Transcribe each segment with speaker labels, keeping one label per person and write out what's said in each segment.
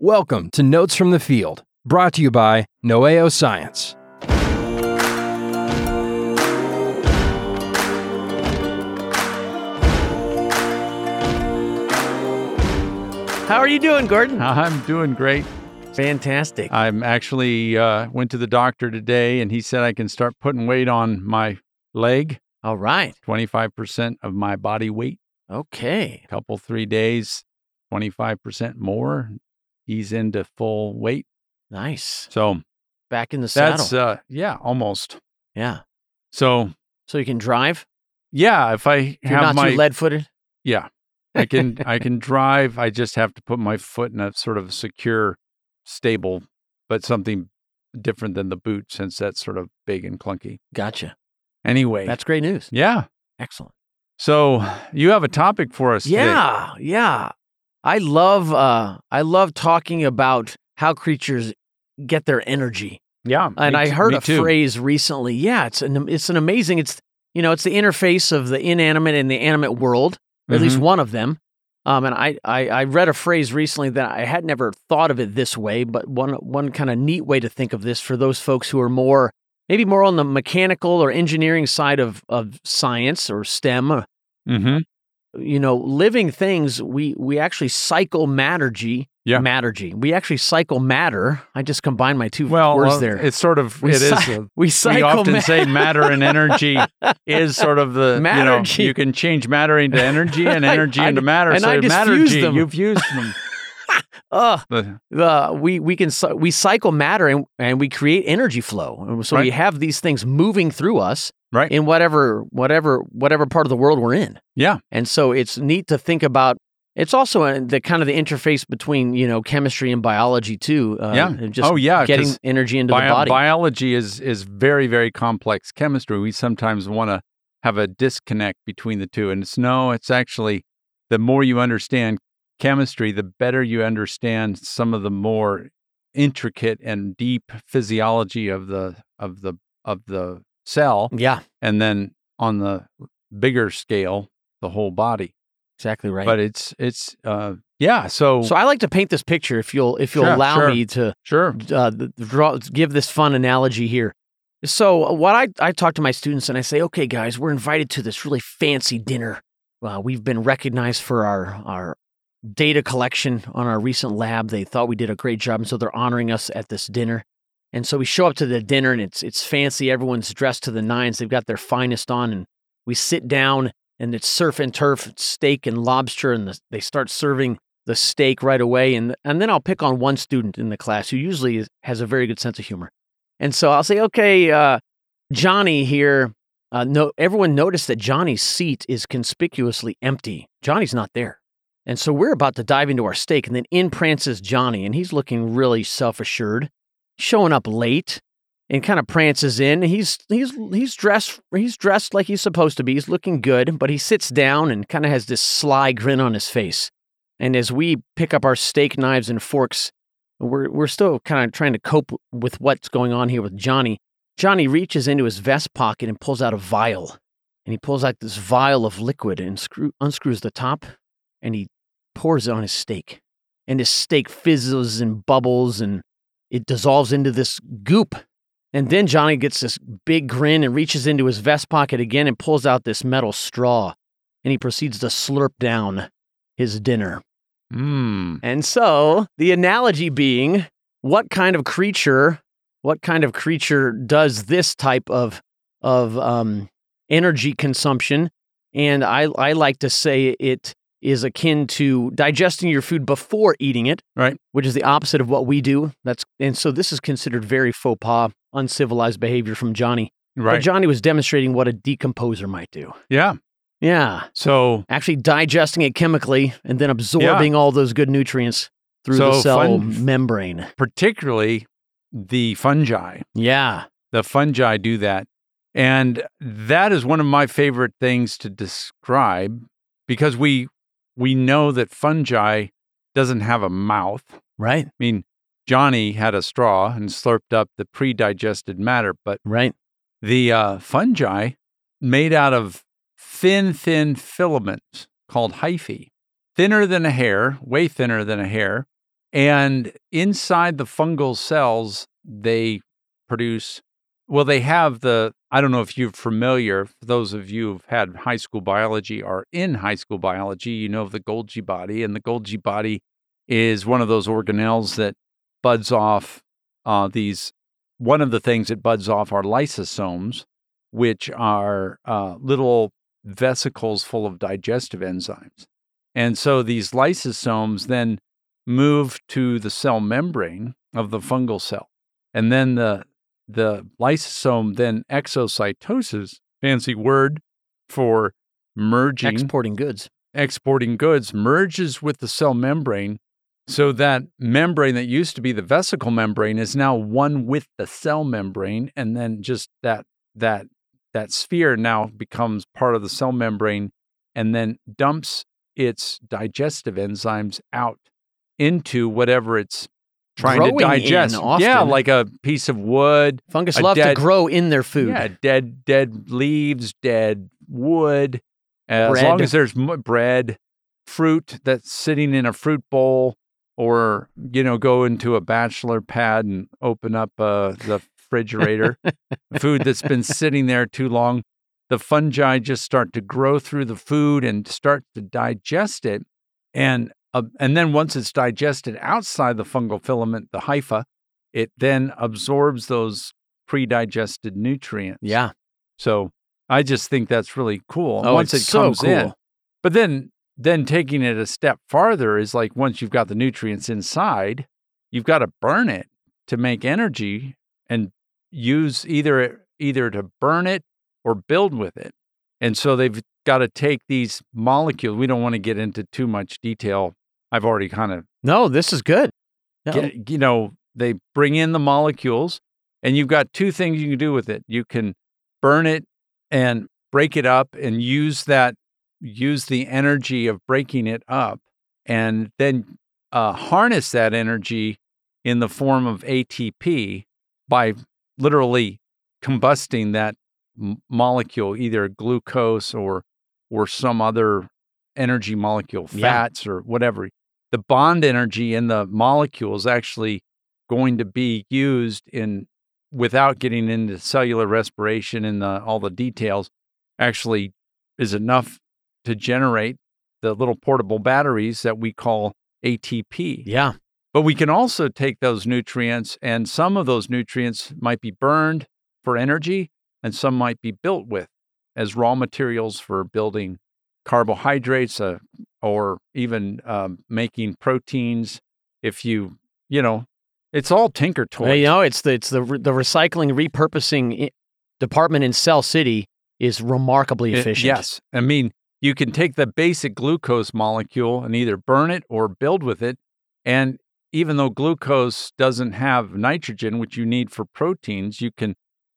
Speaker 1: Welcome to Notes from the Field, brought to you by Noeo Science.
Speaker 2: How are you doing, Gordon?
Speaker 3: I'm doing great.
Speaker 2: Fantastic.
Speaker 3: I'm actually uh, went to the doctor today, and he said I can start putting weight on my leg,
Speaker 2: All right.
Speaker 3: 25% of my body weight.
Speaker 2: Okay.
Speaker 3: Couple three days, 25% more, ease into full weight.
Speaker 2: Nice.
Speaker 3: So
Speaker 2: Back in the saddle.
Speaker 3: that's uh, yeah, almost.
Speaker 2: yeah.
Speaker 3: So
Speaker 2: So you can drive.
Speaker 3: yeah, if I
Speaker 2: You're
Speaker 3: have
Speaker 2: not
Speaker 3: my
Speaker 2: too lead-footed.
Speaker 3: yeah, I can I can drive. I just have to put my foot in a sort of secure, stable, but something different than the boot since that's sort of big and clunky.
Speaker 2: Gotcha.
Speaker 3: Anyway,
Speaker 2: That's great news.
Speaker 3: yeah.
Speaker 2: Excellent.
Speaker 3: So you have a topic for us. today.
Speaker 2: Yeah. Yeah. I love. Uh, I love talking about how creatures get their energy.
Speaker 3: yeah.
Speaker 2: And
Speaker 3: me
Speaker 2: I
Speaker 3: t-
Speaker 2: heard
Speaker 3: me
Speaker 2: a
Speaker 3: too.
Speaker 2: phrase recently. Yeah, it's an it's an amazing. It's you know, it's the interface of the inanimate and the animate world. or At least
Speaker 3: Mhm.
Speaker 2: one of them. Um, and I, I I read a phrase recently that I had never thought of it this way, but one one kind of neat way to think of this for those folks who are more maybe more on the mechanical or engineering side of of science or STEM uh,
Speaker 3: Mhm.
Speaker 2: you know, living things, we we actually cycle mattergy.
Speaker 3: Yeah.
Speaker 2: Mattergy. We actually cycle matter. I just combined my two
Speaker 3: Well,
Speaker 2: words
Speaker 3: uh,
Speaker 2: there.
Speaker 3: it's sort of
Speaker 2: We
Speaker 3: it is.
Speaker 2: cy-
Speaker 3: a-
Speaker 2: we cycle
Speaker 3: we often
Speaker 2: ma-
Speaker 3: say matter and energy is sort of the
Speaker 2: Mattergy.
Speaker 3: you know you can change matter into energy and
Speaker 2: I-
Speaker 3: energy
Speaker 2: I-
Speaker 3: into matter.
Speaker 2: and
Speaker 3: so
Speaker 2: I just
Speaker 3: mattergy,
Speaker 2: fused them.
Speaker 3: you've used them.
Speaker 2: Ugh.
Speaker 3: The-
Speaker 2: the we we can cy- we cycle matter and and we create energy flow. And so we
Speaker 3: Right.
Speaker 2: have these things moving through us
Speaker 3: Right.
Speaker 2: in whatever whatever whatever part of the world we're in.
Speaker 3: yeah.
Speaker 2: And so it's neat to think about. It's also uh, the kind of the interface between you know chemistry and biology too. Uh,
Speaker 3: Yeah.
Speaker 2: and Just
Speaker 3: Oh, yeah,
Speaker 2: Getting
Speaker 3: 'cause
Speaker 2: energy into
Speaker 3: Bio-
Speaker 2: the body.
Speaker 3: Biology is is very very complex chemistry. We sometimes want to have a disconnect between the two, and it's no. It's actually the more you understand chemistry, the better you understand some of the more intricate and deep physiology of the of the of the cell,
Speaker 2: yeah.
Speaker 3: and then on the bigger scale, the whole body.
Speaker 2: Exactly right.
Speaker 3: But it's it's uh yeah. So,
Speaker 2: so I like to paint this picture if you'll if you'll
Speaker 3: Sure,
Speaker 2: allow
Speaker 3: sure.
Speaker 2: me to
Speaker 3: sure.
Speaker 2: uh, th- draw, give this fun analogy here. So, uh, what I, I talk to my students and I say, okay, guys, we're invited to this really fancy dinner. Uh, we've been recognized for our, our data collection on our recent lab. They thought we did a great job, and so they're honoring us at this dinner. And so we show up to the dinner, and it's it's fancy. Everyone's dressed to the nines. They've got their finest on, and we sit down, and it's surf and turf, it's steak and lobster, and the, they start serving the steak right away and and then I'll pick on one student in the class who usually is, has a very good sense of humor. And so I'll say, "Okay, uh, Johnny here, uh, no everyone noticed that Johnny's seat is conspicuously empty. Johnny's not there." And so we're about to dive into our steak and then in prances Johnny and he's looking really self-assured, showing up late and kind of prances in. He's he's he's dressed he's dressed like he's supposed to be. He's looking good, but he sits down and kind of has this sly grin on his face. And as we pick up our steak knives and forks, we're, we're still kind of trying to cope with what's going on here with Johnny. Johnny reaches into his vest pocket and pulls out a vial. And he pulls out this vial of liquid and screw, unscrews the top and he pours it on his steak. And his steak fizzles and bubbles and it dissolves into this goop. And then Johnny gets this big grin and reaches into his vest pocket again and pulls out this metal straw. And he proceeds to slurp down his dinner.
Speaker 3: Mm.
Speaker 2: And so the analogy being what kind of creature, what kind of creature does this type of of um, energy consumption? And I, I like to say it is akin to digesting your food before eating it,
Speaker 3: Right.
Speaker 2: Which is the opposite of what we do. That's and so this is considered very faux pas, uncivilized behavior from Johnny. But
Speaker 3: Right.
Speaker 2: Johnny was demonstrating what a decomposer might do.
Speaker 3: yeah.
Speaker 2: Yeah
Speaker 3: So
Speaker 2: actually digesting it chemically and then absorbing all those good nutrients through the
Speaker 3: So
Speaker 2: cell
Speaker 3: fun-
Speaker 2: membrane.
Speaker 3: particularly the fungi.
Speaker 2: Yeah.
Speaker 3: The fungi do that. And that is one of my favorite things to describe because we we know that fungi doesn't have a mouth. I
Speaker 2: Right.
Speaker 3: mean, Johnny had a straw and slurped up the pre-digested matter, but
Speaker 2: Right.
Speaker 3: the uh, fungi made out of thin, thin filaments called hyphae, thinner than a hair, way thinner than a hair, And inside the fungal cells, they produce, well, they have the, I don't know if you're familiar, for those of you who've had high school biology or in high school biology, you know of the Golgi body. And the Golgi body is one of those organelles that buds off uh, these. One of the things that buds off are lysosomes, which are uh, little vesicles full of digestive enzymes. And so these lysosomes then move to the cell membrane of the fungal cell. And then the, the lysosome then exocytoses, fancy word for merging,
Speaker 2: Exporting goods.
Speaker 3: exporting goods, merges with the cell membrane. So that membrane that used to be the vesicle membrane is now one with the cell membrane. And then just that, that, that sphere now becomes part of the cell membrane and then dumps its digestive enzymes out into whatever it's trying
Speaker 2: Growing
Speaker 3: to
Speaker 2: in
Speaker 3: digest. Yeah,
Speaker 2: often.
Speaker 3: like a piece of wood,
Speaker 2: Fungus
Speaker 3: a
Speaker 2: love to
Speaker 3: dead-
Speaker 2: grow in their food.
Speaker 3: yeah, dead dead leaves, dead wood. Uh, As
Speaker 2: Bread.
Speaker 3: long as there's m- bread, fruit that's sitting in a fruit bowl, or you know, go into a bachelor pad and open up uh, the refrigerator, food that's been sitting there too long. The fungi just start to grow through the food and start to digest it, and uh, and then once it's digested outside the fungal filament, the hypha, it then absorbs those pre-digested nutrients.
Speaker 2: Yeah.
Speaker 3: So I just think that's really cool.
Speaker 2: Oh,
Speaker 3: once
Speaker 2: it's
Speaker 3: it
Speaker 2: so
Speaker 3: comes in.
Speaker 2: cool.
Speaker 3: But then then taking it a step farther is like once you've got the nutrients inside, you've got to burn it to make energy and use either either to burn it or build with it. And so they've got to take these molecules. We don't want to get into too much detail. I've already kind of
Speaker 2: No, this is good. No.
Speaker 3: get, you know, they bring in the molecules, and you've got two things you can do with it. You can burn it and break it up, and use that, use the energy of breaking it up, and then uh, harness that energy in the form of ATP by literally combusting that m- molecule, either glucose or or some other energy molecule,
Speaker 2: Yeah.
Speaker 3: fats or whatever the bond energy in the molecule is actually going to be used in without getting into cellular respiration and the, all the details actually is enough to generate the little portable batteries that we call ATP.
Speaker 2: Yeah.
Speaker 3: But we can also take those nutrients, and some of those nutrients might be burned for energy, and some might be built with as raw materials for building carbohydrates uh, or even um, making proteins. If you, you know, it's all tinker toys.
Speaker 2: Well, you know, it's the it's the re- the recycling repurposing i- department in Cell City is remarkably
Speaker 3: It-
Speaker 2: efficient.
Speaker 3: yes. I mean, you can take the basic glucose molecule and either burn it or build with it. And even though glucose doesn't have nitrogen, which you need for proteins, you can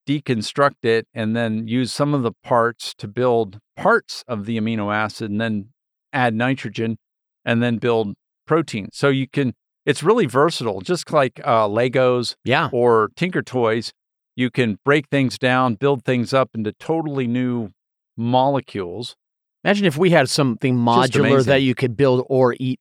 Speaker 3: deconstruct it and then use some of the parts to build parts of the amino acid and then add nitrogen and then build protein. So you can, it's really versatile, just like uh, Legos
Speaker 2: Yeah.
Speaker 3: or Tinker Toys, you can break things down, build things up into totally new molecules.
Speaker 2: Imagine if we had something modular
Speaker 3: amazing.
Speaker 2: that you could build or eat.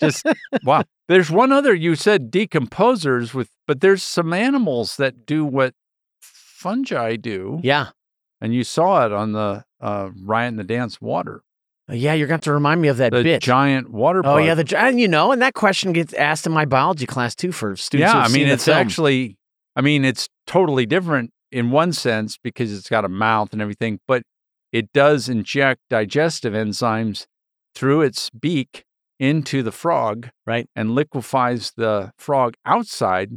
Speaker 3: Just wow. There's one other you said decomposers with, but there's some animals that do what fungi do,
Speaker 2: Yeah.
Speaker 3: and you saw it on the uh, Riot and the Dance water,
Speaker 2: Yeah, you're going to have to remind me of that
Speaker 3: the
Speaker 2: bit.
Speaker 3: giant water.
Speaker 2: oh
Speaker 3: bug.
Speaker 2: yeah, the gi- and you know, and that question gets asked in my biology class too for students.
Speaker 3: yeah.
Speaker 2: who've
Speaker 3: I
Speaker 2: seen
Speaker 3: mean,
Speaker 2: the
Speaker 3: it's
Speaker 2: film.
Speaker 3: actually, I mean, it's totally different in one sense because it's got a mouth and everything, but it does inject digestive enzymes through its beak into the frog,
Speaker 2: Right.
Speaker 3: and liquefies the frog outside.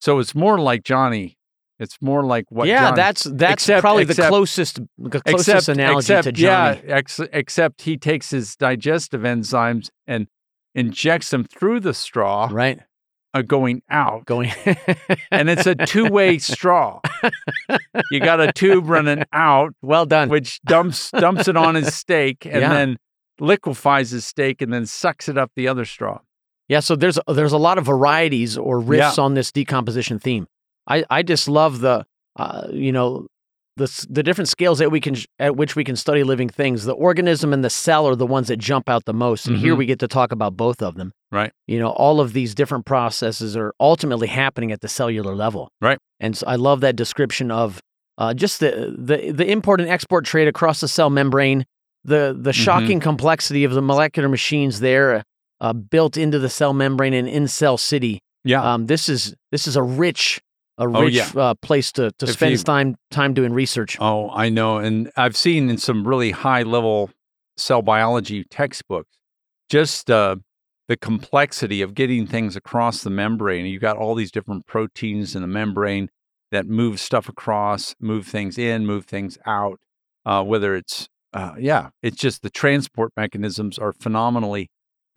Speaker 3: So it's more like Johnny. It's more like what?
Speaker 2: yeah,
Speaker 3: Johnny-
Speaker 2: that's that's
Speaker 3: except-
Speaker 2: probably the
Speaker 3: except-
Speaker 2: closest the closest
Speaker 3: except,
Speaker 2: analogy
Speaker 3: except,
Speaker 2: to Johnny.
Speaker 3: Yeah, ex- except he takes his digestive enzymes and injects them through the straw,
Speaker 2: Right,
Speaker 3: uh, going out
Speaker 2: going.
Speaker 3: and it's a two-way straw. You got a tube running out,
Speaker 2: well done.
Speaker 3: which dumps dumps it on his steak, and
Speaker 2: Yeah.
Speaker 3: then liquefies his steak, and then sucks it up the other straw.
Speaker 2: Yeah, so there's there's a lot of varieties or riffs on this decomposition theme. I I just love the uh, you know the s- the different scales that we can at which we can study living things. The organism and the cell are the ones that jump out the most, and here
Speaker 3: Mhm.
Speaker 2: we get to talk about both of them.
Speaker 3: Right.
Speaker 2: You know, all of these different processes are ultimately happening at the cellular level.
Speaker 3: Right.
Speaker 2: And so I love that description of uh, just the the the import and export trade across the cell membrane, the
Speaker 3: Mm-hmm.
Speaker 2: the shocking complexity of the molecular machines there uh, built into the cell membrane and in cell city.
Speaker 3: Yeah.
Speaker 2: Um, this is this is a rich a
Speaker 3: Oh,
Speaker 2: rich
Speaker 3: yeah.
Speaker 2: uh, place to to
Speaker 3: If
Speaker 2: spend
Speaker 3: you-
Speaker 2: time time doing research.
Speaker 3: Oh, I know. And I've seen in some really high level cell biology textbooks just uh, the complexity of getting things across the membrane. You've got all these different proteins in the membrane that move stuff across, move things in, move things out. Uh, whether it's, uh, yeah, it's just the transport mechanisms are phenomenally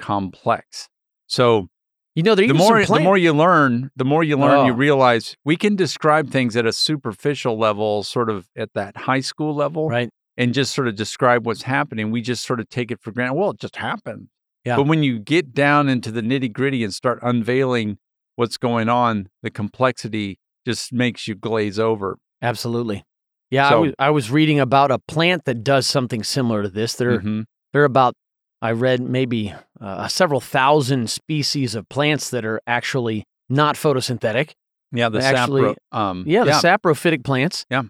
Speaker 3: complex. So,
Speaker 2: You know, there
Speaker 3: the
Speaker 2: even
Speaker 3: more
Speaker 2: some plant-
Speaker 3: the more you learn, the more you learn, you
Speaker 2: Oh.
Speaker 3: realize we can describe things at a superficial level, sort of at that high school level,
Speaker 2: right.
Speaker 3: and just sort of describe what's happening. We just sort of take it for granted. Well, it just happened.
Speaker 2: Yeah.
Speaker 3: But when you get down into the nitty gritty and start unveiling what's going on, the complexity just makes you glaze over.
Speaker 2: Absolutely. Yeah, I,
Speaker 3: So-
Speaker 2: was, I was reading about a plant that does something similar to this. They're
Speaker 3: Mhm.
Speaker 2: they're about I read maybe uh, several thousand species of plants that are actually not photosynthetic.
Speaker 3: Yeah, the
Speaker 2: Actually-
Speaker 3: sapro- um,
Speaker 2: Yeah, the saprophytic plants.
Speaker 3: Yeah.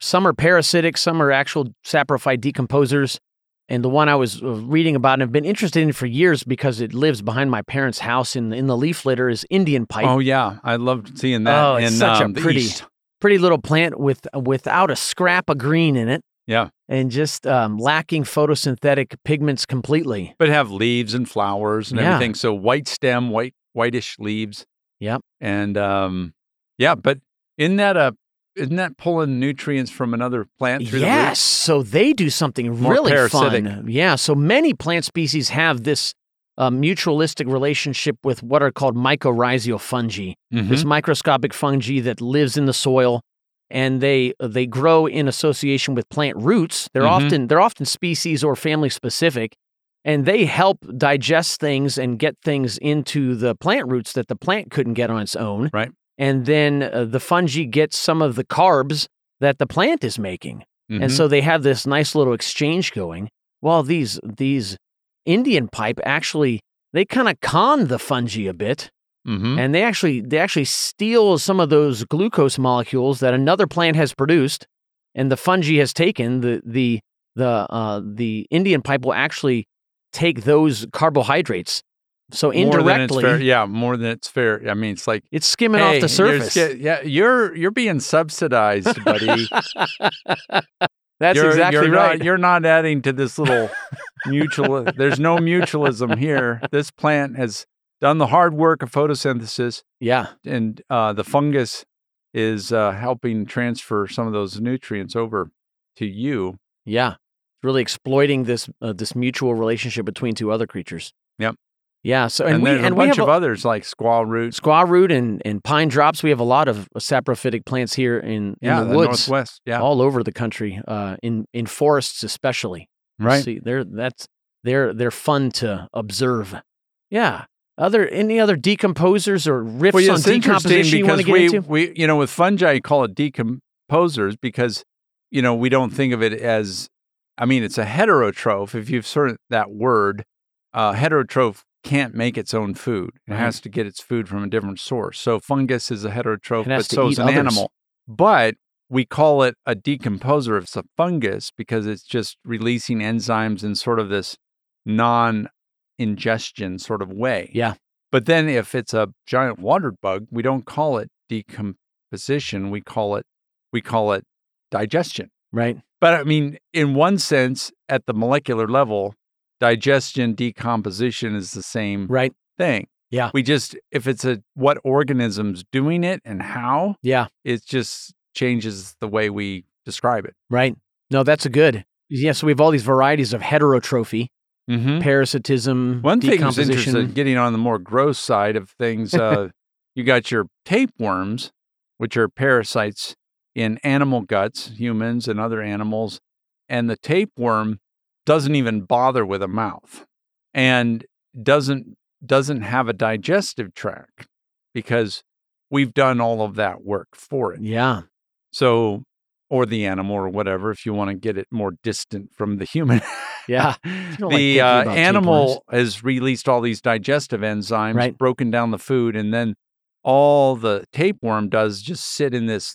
Speaker 2: Some are parasitic, some are actual saprophyte decomposers. And the one I was uh, reading about and have been interested in for years because it lives behind my parents' house in, in the leaf litter is Indian pipe.
Speaker 3: oh yeah, I loved seeing that.
Speaker 2: Oh, it's
Speaker 3: in,
Speaker 2: such a
Speaker 3: um, the
Speaker 2: pretty-
Speaker 3: East.
Speaker 2: Pretty little plant with without a scrap of green in it.
Speaker 3: Yeah.
Speaker 2: And just um, lacking photosynthetic pigments completely.
Speaker 3: but have leaves and flowers and
Speaker 2: Yeah.
Speaker 3: everything. So white stem, white whitish leaves.
Speaker 2: Yep.
Speaker 3: And um, yeah, but isn't that a isn't that pulling nutrients from another plant through the
Speaker 2: Yes.
Speaker 3: roots?
Speaker 2: So they do something
Speaker 3: More
Speaker 2: really
Speaker 3: parasitic.
Speaker 2: fun. Yeah. So many plant species have this uh, mutualistic relationship with what are called mycorrhizal fungi.
Speaker 3: Mhm.
Speaker 2: this microscopic fungi that lives in the soil and they they grow in association with plant roots they're
Speaker 3: Mhm.
Speaker 2: often they're often species or family specific and they help digest things and get things into the plant roots that the plant couldn't get on its own
Speaker 3: Right.
Speaker 2: and then uh, the fungi get some of the carbs that the plant is making and
Speaker 3: Mhm.
Speaker 2: so they have this nice little exchange going. Well, these these Indian pipe actually they kind of con the fungi a bit,
Speaker 3: Mhm.
Speaker 2: and they actually they actually steal some of those glucose molecules that another plant has produced, and the fungi has taken. The the the uh, the Indian pipe will actually take those carbohydrates. So
Speaker 3: More than it's
Speaker 2: indirectly,
Speaker 3: fair- yeah, more than it's fair. I mean, it's like
Speaker 2: it's skimming
Speaker 3: hey,
Speaker 2: off the
Speaker 3: you're
Speaker 2: surface.
Speaker 3: sca- yeah, you're you're being subsidized, buddy.
Speaker 2: That's
Speaker 3: you're,
Speaker 2: exactly
Speaker 3: you're
Speaker 2: right.
Speaker 3: Not, you're not adding to this little mutual. There's no mutualism here. This plant has done the hard work of photosynthesis.
Speaker 2: yeah,
Speaker 3: and uh, the fungus is uh, helping transfer some of those nutrients over to you.
Speaker 2: Yeah, really exploiting this uh, this mutual relationship between two other creatures.
Speaker 3: Yep.
Speaker 2: Yeah. So
Speaker 3: And,
Speaker 2: and, we
Speaker 3: there's
Speaker 2: and
Speaker 3: a
Speaker 2: we
Speaker 3: bunch
Speaker 2: have
Speaker 3: of
Speaker 2: a-
Speaker 3: others like squaw root.
Speaker 2: squaw root and, and pine drops. We have a lot of saprophytic plants here in, in
Speaker 3: Yeah,
Speaker 2: the
Speaker 3: the,
Speaker 2: woods,
Speaker 3: northwest. Yeah,
Speaker 2: all over the country, uh, in in forests especially.
Speaker 3: right.
Speaker 2: See, they're that's they're they're fun to observe. Yeah. Other any other decomposers or riffs
Speaker 3: Well, yeah,
Speaker 2: on
Speaker 3: it's interesting
Speaker 2: decomposition you want
Speaker 3: because
Speaker 2: to get
Speaker 3: we,
Speaker 2: into?
Speaker 3: we, you know, with fungi, you call it decomposers because, you know, we don't think of it as, I mean, it's a heterotroph. If you've heard that word, uh, heterotroph can't make its own food. It
Speaker 2: Right.
Speaker 3: has to get its food from a different source. So fungus is a heterotroph,
Speaker 2: It has
Speaker 3: but
Speaker 2: to
Speaker 3: so is
Speaker 2: eat
Speaker 3: an
Speaker 2: others.
Speaker 3: animal. But we call it a decomposer if it's a fungus because it's just releasing enzymes in sort of this non ingestion sort of way.
Speaker 2: Yeah.
Speaker 3: But then if it's a giant water bug, we don't call it decomposition. We call it we call it digestion.
Speaker 2: Right.
Speaker 3: But I mean, in one sense, at the molecular level, digestion, decomposition is the same
Speaker 2: Right.
Speaker 3: thing.
Speaker 2: Yeah.
Speaker 3: We just if it's a what organisms doing it and how,
Speaker 2: Yeah.
Speaker 3: it just changes the way we describe it.
Speaker 2: Right. No, that's a good. Yeah, so we have all these varieties of heterotrophy,
Speaker 3: Mm-hmm.
Speaker 2: parasitism,
Speaker 3: One thing that's
Speaker 2: decomposition.
Speaker 3: interesting, getting on the more gross side of things, uh, you got your tapeworms, which are parasites in animal guts, humans and other animals, and the tapeworm doesn't even bother with a mouth and doesn't doesn't have a digestive tract because we've done all of that work for it.
Speaker 2: Yeah.
Speaker 3: So or the animal or whatever if you want to get it more distant from the human.
Speaker 2: Yeah. don't like
Speaker 3: the
Speaker 2: thinking
Speaker 3: uh,
Speaker 2: about
Speaker 3: animal has released all these digestive enzymes,
Speaker 2: Right.
Speaker 3: broken down the food, and then all the tapeworm does just sit in this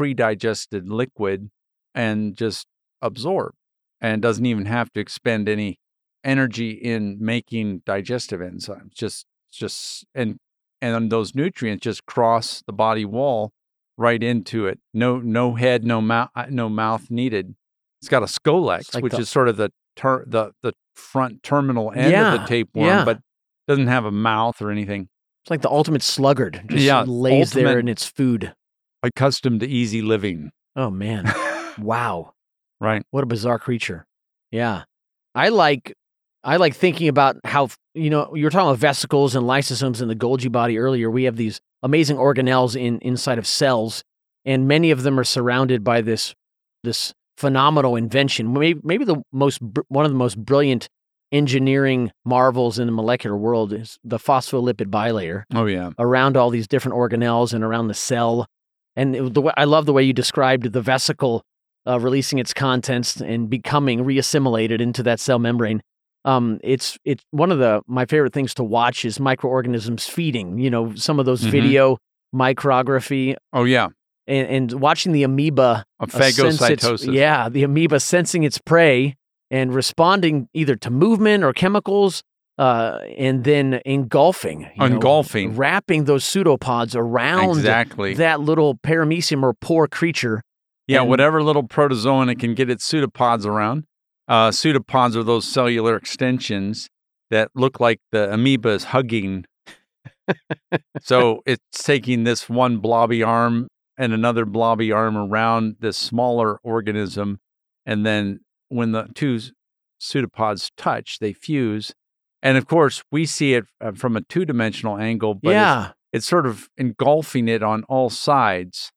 Speaker 3: pre-digested liquid and just absorb, and doesn't even have to expend any energy in making digestive enzymes. Just, just and and those nutrients just cross the body wall right into it. No, no head, no mouth, no mouth needed. It's got a scolex,
Speaker 2: It's like
Speaker 3: which
Speaker 2: the-
Speaker 3: is sort of the ter- the the front terminal end of
Speaker 2: Yeah,
Speaker 3: the tapeworm,
Speaker 2: yeah.
Speaker 3: but doesn't have a mouth or anything.
Speaker 2: It's like the ultimate sluggard. Just
Speaker 3: Yeah,
Speaker 2: lays there
Speaker 3: ultimate-
Speaker 2: in its food.
Speaker 3: Accustomed to easy living,
Speaker 2: Oh man. wow.
Speaker 3: right?
Speaker 2: What a bizarre creature. Yeah. I like I like thinking about how you know, you were talking about vesicles and lysosomes in the Golgi body earlier. We have these amazing organelles in inside of cells, and many of them are surrounded by this this phenomenal invention. Maybe, maybe the most br- one of the most brilliant engineering marvels in the molecular world is the phospholipid bilayer
Speaker 3: Oh yeah,
Speaker 2: around all these different organelles and around the cell. And it- the way, I love the way you described the vesicle uh, releasing its contents and becoming reassimilated into that cell membrane. Um, it's it's one of the my favorite things to watch is microorganisms feeding. You know, some of those
Speaker 3: Mhm.
Speaker 2: video micrography
Speaker 3: oh yeah.
Speaker 2: and, and watching the amoeba
Speaker 3: A
Speaker 2: uh, sense its-
Speaker 3: phagocytosis.
Speaker 2: yeah, the amoeba sensing its prey and responding either to movement or chemicals, uh, and then engulfing, you know,
Speaker 3: Engulfing.
Speaker 2: wrapping those pseudopods around
Speaker 3: exactly.
Speaker 2: that little paramecium or poor creature.
Speaker 3: yeah,
Speaker 2: and-
Speaker 3: whatever little protozoan it can get its pseudopods around. Uh, pseudopods are those cellular extensions that look like the amoeba is hugging. so it's taking this one blobby arm and another blobby arm around this smaller organism. And then when the two s- pseudopods touch, they fuse. And of course, we see it uh, from a two dimensional angle, but it's
Speaker 2: yeah,
Speaker 3: it's sort of engulfing it on all sides.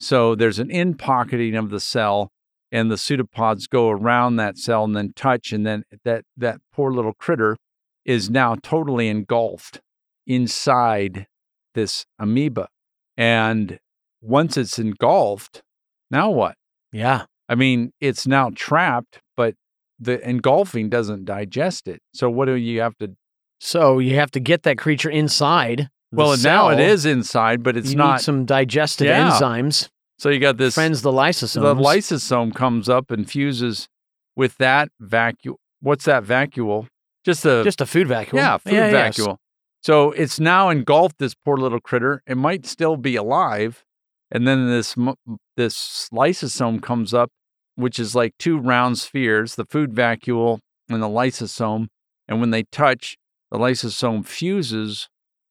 Speaker 3: So there's an in pocketing of the cell, and the pseudopods go around that cell and then touch, and then that that poor little critter is now totally engulfed inside this amoeba. And once it's engulfed, now what?
Speaker 2: yeah,
Speaker 3: I mean, it's now trapped, but the engulfing doesn't digest it. So what do you have to?
Speaker 2: So you have to get that creature inside. the
Speaker 3: Well, now it
Speaker 2: cell.
Speaker 3: is inside, but it's
Speaker 2: you
Speaker 3: not.
Speaker 2: need some digestive
Speaker 3: Yeah.
Speaker 2: enzymes.
Speaker 3: so you got this
Speaker 2: friends the lysosomes.
Speaker 3: the lysosome comes up and fuses with that vacuole. What's that vacuole? Just a
Speaker 2: just a food vacuum.
Speaker 3: yeah, food vacuole. So it's now engulfed this poor little critter. It might still be alive, and then this mo- this lysosome comes up, which is like two round spheres: the food vacuole and the lysosome. And when they touch, the lysosome fuses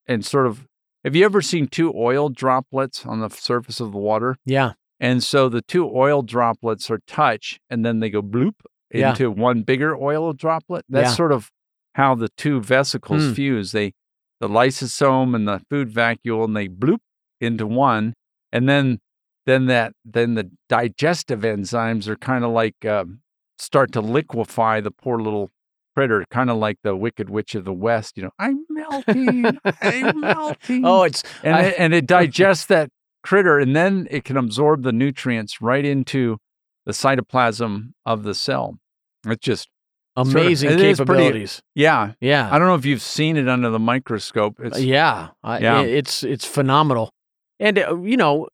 Speaker 3: and sort of. Have you ever seen two oil droplets on the surface of the water?
Speaker 2: Yeah,
Speaker 3: And so the two oil droplets are touch and then they go bloop
Speaker 2: Yeah.
Speaker 3: into one bigger oil droplet. That's
Speaker 2: Yeah.
Speaker 3: sort of how the two vesicles
Speaker 2: Hmm.
Speaker 3: fuse. They the lysosome and the food vacuole and they bloop into one. And then then that then the digestive enzymes are kind of like um, start to liquefy the poor little critter, kind of like the Wicked Witch of the West. You know, I'm melting, I'm melting
Speaker 2: Oh, it's
Speaker 3: and
Speaker 2: I-
Speaker 3: it, and it digests that critter, and then it can absorb the nutrients right into the cytoplasm of the cell. It's just of-
Speaker 2: amazing
Speaker 3: it is pretty-
Speaker 2: capabilities.
Speaker 3: yeah.
Speaker 2: yeah,
Speaker 3: I don't know if you've seen it under the microscope. It's
Speaker 2: Uh, yeah, I,
Speaker 3: Yeah.
Speaker 2: i- it's it's phenomenal. And uh, you know,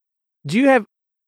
Speaker 2: do you have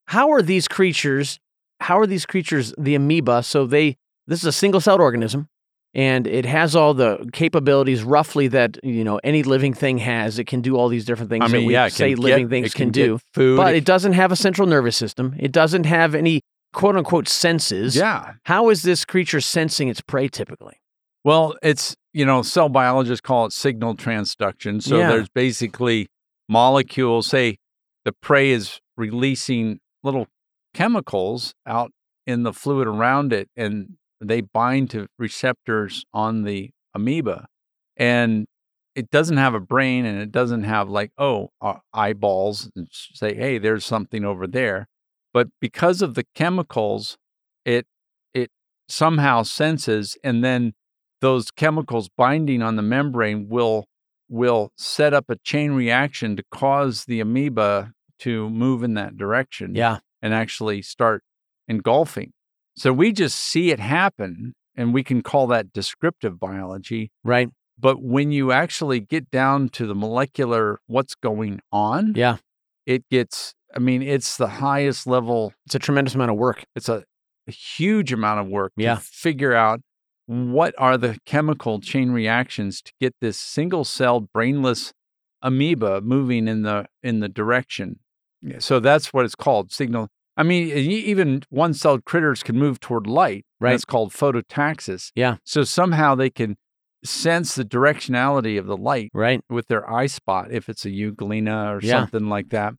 Speaker 2: how are these creatures? How are these creatures the amoeba? So they this is a single celled organism, and it has all the capabilities roughly that you know any living thing has. It can do all these different things
Speaker 3: I
Speaker 2: that
Speaker 3: mean,
Speaker 2: we
Speaker 3: yeah, it
Speaker 2: say
Speaker 3: can
Speaker 2: living
Speaker 3: get-
Speaker 2: things
Speaker 3: it can,
Speaker 2: can,
Speaker 3: get
Speaker 2: do,
Speaker 3: food.
Speaker 2: but
Speaker 3: it-
Speaker 2: it doesn't have a central nervous system. It doesn't have any quote unquote senses.
Speaker 3: yeah.
Speaker 2: How is this creature sensing its prey typically?
Speaker 3: Well, it's you know cell biologists call it signal transduction. So
Speaker 2: Yeah.
Speaker 3: there's basically molecules. Say the prey is releasing little chemicals out in the fluid around it, and they bind to receptors on the amoeba, and it doesn't have a brain, and it doesn't have like oh uh, eyeballs and s- say hey there's something over there, but because of the chemicals, it it somehow senses and then those chemicals binding on the membrane will will set up a chain reaction to cause the amoeba to move in that direction
Speaker 2: Yeah.
Speaker 3: and actually start and golfing. So we just see it happen and we can call that descriptive biology.
Speaker 2: Right.
Speaker 3: But when you actually get down to the molecular what's going on,
Speaker 2: Yeah.
Speaker 3: it gets, I mean, it's the highest level
Speaker 2: It's a tremendous amount of work.
Speaker 3: it's a, a huge amount of work
Speaker 2: Yeah.
Speaker 3: to figure out what are the chemical chain reactions to get this single celled brainless amoeba moving in the in the direction so that's what it's called signal i mean e- even one celled critters can move toward light
Speaker 2: Right.
Speaker 3: that's called phototaxis
Speaker 2: Yeah.
Speaker 3: so somehow they can sense the directionality of the light
Speaker 2: Right.
Speaker 3: with their eye spot if it's a euglena or
Speaker 2: Yeah.
Speaker 3: something like that.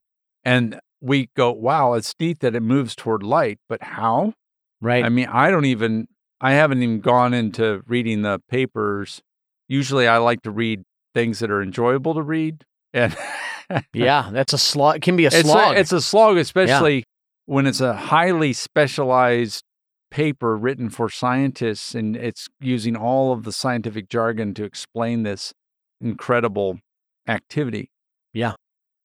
Speaker 3: And we go, wow, it's neat that it moves toward light, but how?
Speaker 2: Right.
Speaker 3: I mean, I don't even, I haven't even gone into reading the papers. Usually I like to read things that are enjoyable to read. And
Speaker 2: yeah. That's a slog. It can be a
Speaker 3: it's,
Speaker 2: slog.
Speaker 3: A, it's a slog, especially when it's a highly specialized paper written for scientists and it's using all of the scientific jargon to explain this incredible activity.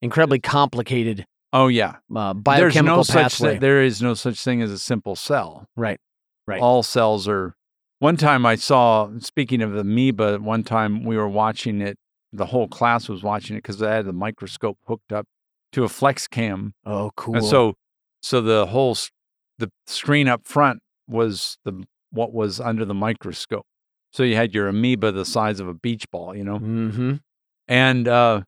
Speaker 2: incredibly complicated
Speaker 3: Oh, yeah.
Speaker 2: uh, biochemical
Speaker 3: There's no
Speaker 2: pathway.
Speaker 3: Such thi- there is no such thing as a simple cell.
Speaker 2: Right. Right.
Speaker 3: All cells are. One time I saw, speaking of amoeba, one time we were watching it, the whole class was watching it because I had the microscope hooked up to a flex cam.
Speaker 2: oh, cool.
Speaker 3: And so, so the whole, s- the screen up front was the, what was under the microscope. So you had your amoeba the size of a beach ball, you know?
Speaker 2: hmm
Speaker 3: And uh,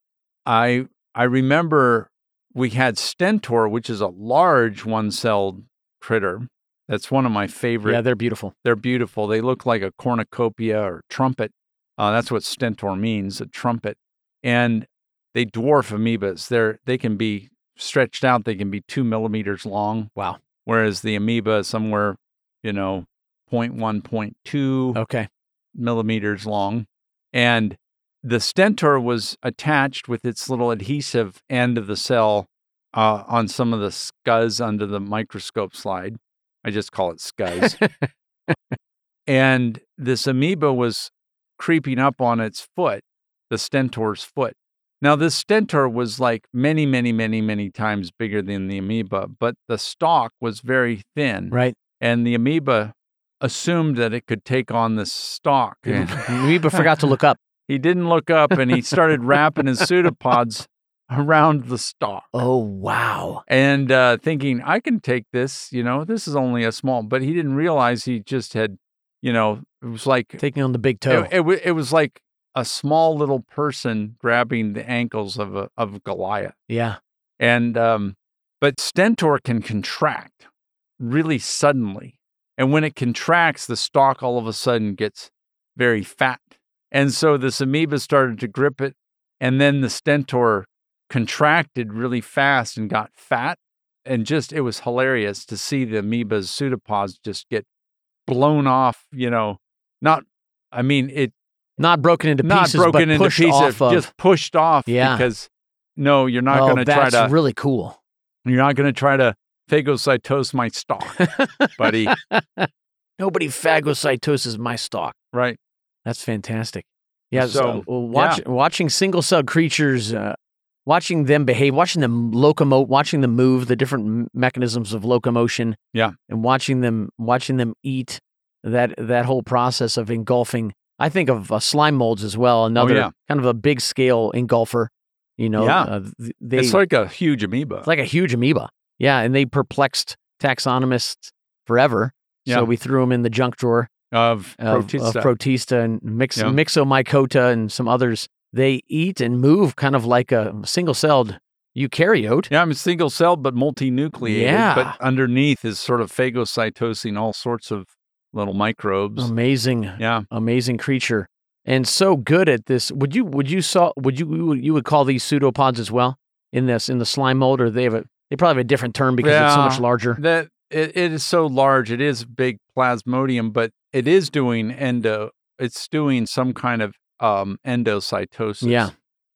Speaker 3: I I remember we had Stentor, which is a large one-celled critter. That's one of my favorite.
Speaker 2: yeah,
Speaker 3: they're,
Speaker 2: they're beautiful.
Speaker 3: beautiful. They look like a cornucopia or trumpet. Uh, that's what Stentor means, a trumpet. And they dwarf amoebas. They're they can be stretched out. They can be two millimeters long.
Speaker 2: Wow.
Speaker 3: Whereas the amoeba is somewhere, you know, 0.1, 0.2
Speaker 2: Okay.
Speaker 3: millimeters long. And the stentor was attached with its little adhesive end of the cell uh, on some of the scuzz under the microscope slide. I just call it scuzz. and this amoeba was creeping up on its foot, the stentor's foot. Now, this stentor was like many, many, many, many times bigger than the amoeba, but the stalk was very thin
Speaker 2: Right.
Speaker 3: and the amoeba assumed that it could take on this stalk. And
Speaker 2: We but forgot to look up.
Speaker 3: he didn't look up and he started wrapping his pseudopods around the stalk
Speaker 2: Oh, wow.
Speaker 3: and uh, thinking, I can take this, you know, this is only a small, but he didn't realize he just had, you know, it was like,
Speaker 2: Taking on the big toe.
Speaker 3: it, it, wa- it was like a small little person grabbing the ankles of, a, of Goliath.
Speaker 2: yeah.
Speaker 3: And um, but stentor can contract really suddenly, and when it contracts, the stalk all of a sudden gets very fat, and so this amoeba started to grip it, and then the stentor contracted really fast and got fat, and just it was hilarious to see the amoeba's pseudopods just get blown off. You know, not. I mean, it
Speaker 2: Not broken into
Speaker 3: not
Speaker 2: pieces,
Speaker 3: broken
Speaker 2: but
Speaker 3: into
Speaker 2: pushed
Speaker 3: pieces,
Speaker 2: off of.
Speaker 3: just pushed off.
Speaker 2: Yeah.
Speaker 3: Because no, you're not
Speaker 2: oh,
Speaker 3: going to try
Speaker 2: that's
Speaker 3: to.
Speaker 2: really cool.
Speaker 3: You're not going to try to phagocytose my stock, buddy.
Speaker 2: Nobody phagocytoses my stock.
Speaker 3: right.
Speaker 2: That's fantastic. Yeah.
Speaker 3: So,
Speaker 2: So, well, watch, watching single cell creatures, uh, watching them behave, watching them locomote, watching them move, the different m- mechanisms of locomotion.
Speaker 3: Yeah.
Speaker 2: And watching them, watching them eat that that whole process of engulfing. I think of uh, slime molds as well. Another
Speaker 3: Oh, yeah.
Speaker 2: kind of a big scale engulfer. You know,
Speaker 3: Yeah.
Speaker 2: uh, th- they
Speaker 3: it's like a huge amoeba.
Speaker 2: it's like a huge amoeba. Yeah, and they perplexed taxonomists forever.
Speaker 3: Yeah.
Speaker 2: So we threw them in the junk drawer
Speaker 3: of
Speaker 2: of,
Speaker 3: protein
Speaker 2: of Protista and mix,
Speaker 3: Yeah.
Speaker 2: Mixomycota and some others. They eat and move kind of like a single-celled eukaryote.
Speaker 3: yeah, I'm single celled but multinucleated.
Speaker 2: Yeah.
Speaker 3: But underneath is sort of phagocytosing all sorts of little microbes.
Speaker 2: Um, Amazing,
Speaker 3: yeah.
Speaker 2: amazing creature, and so good at this. Would you would you saw would you you would- you would call these pseudopods as well in this in the slime mold, or they have a they probably have a different term because it's so
Speaker 3: Yeah.
Speaker 2: much larger.
Speaker 3: That it, it is so large. It is big plasmodium, but it is doing endo. It's doing some kind of um, endocytosis.
Speaker 2: Yeah.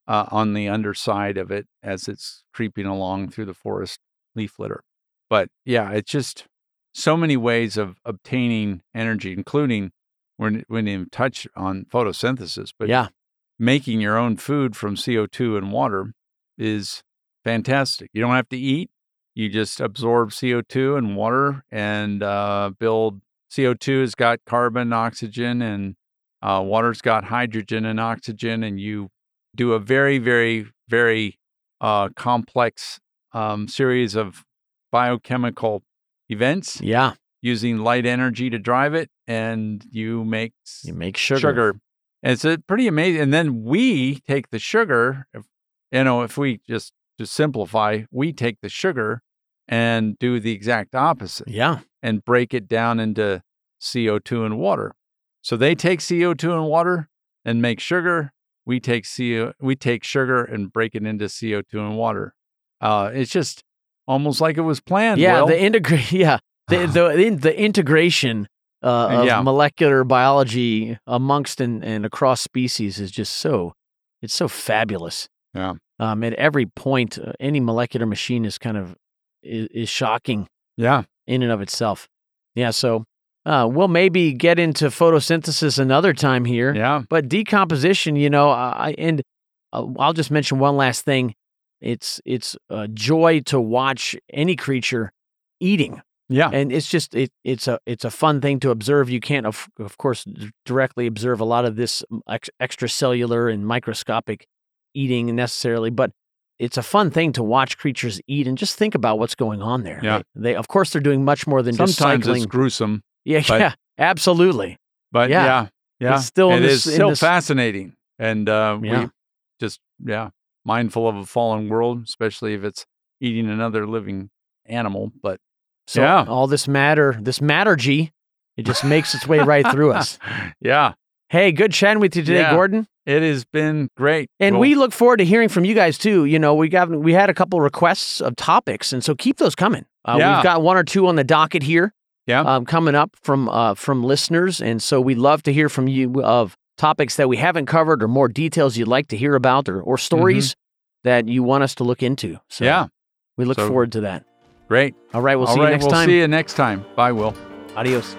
Speaker 3: Uh, on the underside of it as it's creeping along through the forest leaf litter. But yeah, it's just so many ways of obtaining energy, including when when you touch on photosynthesis. But
Speaker 2: yeah,
Speaker 3: making your own food from CO2 and water is fantastic. You don't have to eat. you just absorb CO2 and water and uh, build. CO2 has got carbon, oxygen, and uh, water's got hydrogen and oxygen, and you do a very, very, very uh, complex um, series of biochemical events
Speaker 2: Yeah.
Speaker 3: using light energy to drive it, and you make s-
Speaker 2: You make sugar.
Speaker 3: and It's a pretty amazing. And then we take the sugar, if, you know, if we just to simplify, we take the sugar and do the exact opposite
Speaker 2: Yeah.
Speaker 3: and break it down into CO2 and water. So they take CO2 and water and make sugar. We take CO, we take sugar and break it into CO2 and water. Uh, it's just almost like it was planned.
Speaker 2: yeah.
Speaker 3: Will.
Speaker 2: The integra- Yeah. The the in, the integration uh, of
Speaker 3: Yeah.
Speaker 2: molecular biology amongst and, and across species is just so it's so fabulous.
Speaker 3: Yeah.
Speaker 2: Um, at every point, uh, any molecular machine is kind of is, is shocking
Speaker 3: yeah.
Speaker 2: in and of itself. Yeah. So uh, we'll maybe get into photosynthesis another time here.
Speaker 3: Yeah.
Speaker 2: But decomposition, you know, I I- and uh, I'll just mention one last thing. It's it's a joy to watch any creature eating,
Speaker 3: Yeah.
Speaker 2: and it's just it it's a it's a fun thing to observe. You can't of, of course d- directly observe a lot of this mm, ex- extracellular and microscopic eating necessarily, but it's a fun thing to watch creatures eat and just think about what's going on there.
Speaker 3: Yeah.
Speaker 2: They, they of course they're doing much more than just
Speaker 3: Sometimes
Speaker 2: cycling.
Speaker 3: it's gruesome,
Speaker 2: yeah,
Speaker 3: but-
Speaker 2: yeah, absolutely.
Speaker 3: but
Speaker 2: Yeah.
Speaker 3: yeah. Yeah.
Speaker 2: It's still in
Speaker 3: It
Speaker 2: this,
Speaker 3: is
Speaker 2: in
Speaker 3: still
Speaker 2: this-
Speaker 3: fascinating and uh
Speaker 2: Yeah.
Speaker 3: we just yeah mindful of a fallen world especially if it's eating another living animal but
Speaker 2: So
Speaker 3: Yeah.
Speaker 2: all this matter, this matter G, it just makes its way right through us.
Speaker 3: yeah
Speaker 2: Hey, good chatting with you today,
Speaker 3: Yeah.
Speaker 2: Gordon.
Speaker 3: it has been great
Speaker 2: And
Speaker 3: Well,
Speaker 2: we look forward to hearing from you guys too. You know, we got we had a couple requests of topics, and so keep those coming. Uh,
Speaker 3: Yeah.
Speaker 2: We've got one or two on the docket here.
Speaker 3: Yeah.
Speaker 2: um, coming up from uh, from listeners, and so we'd love to hear from you of topics that we haven't covered, or more details you'd like to hear about, or or stories that you want us to look into. So
Speaker 3: Mm-hmm. yeah
Speaker 2: we look
Speaker 3: So-
Speaker 2: forward to that.
Speaker 3: great
Speaker 2: All right, we'll
Speaker 3: All
Speaker 2: see
Speaker 3: right,
Speaker 2: you next
Speaker 3: we'll
Speaker 2: time.
Speaker 3: see you next time bye will
Speaker 2: Adios.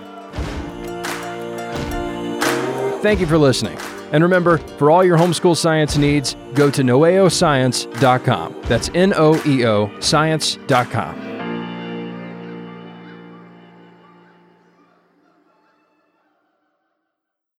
Speaker 1: Thank you for listening. And remember, for all your homeschool science needs, go to noeoscience.com. That's N O E O science.com.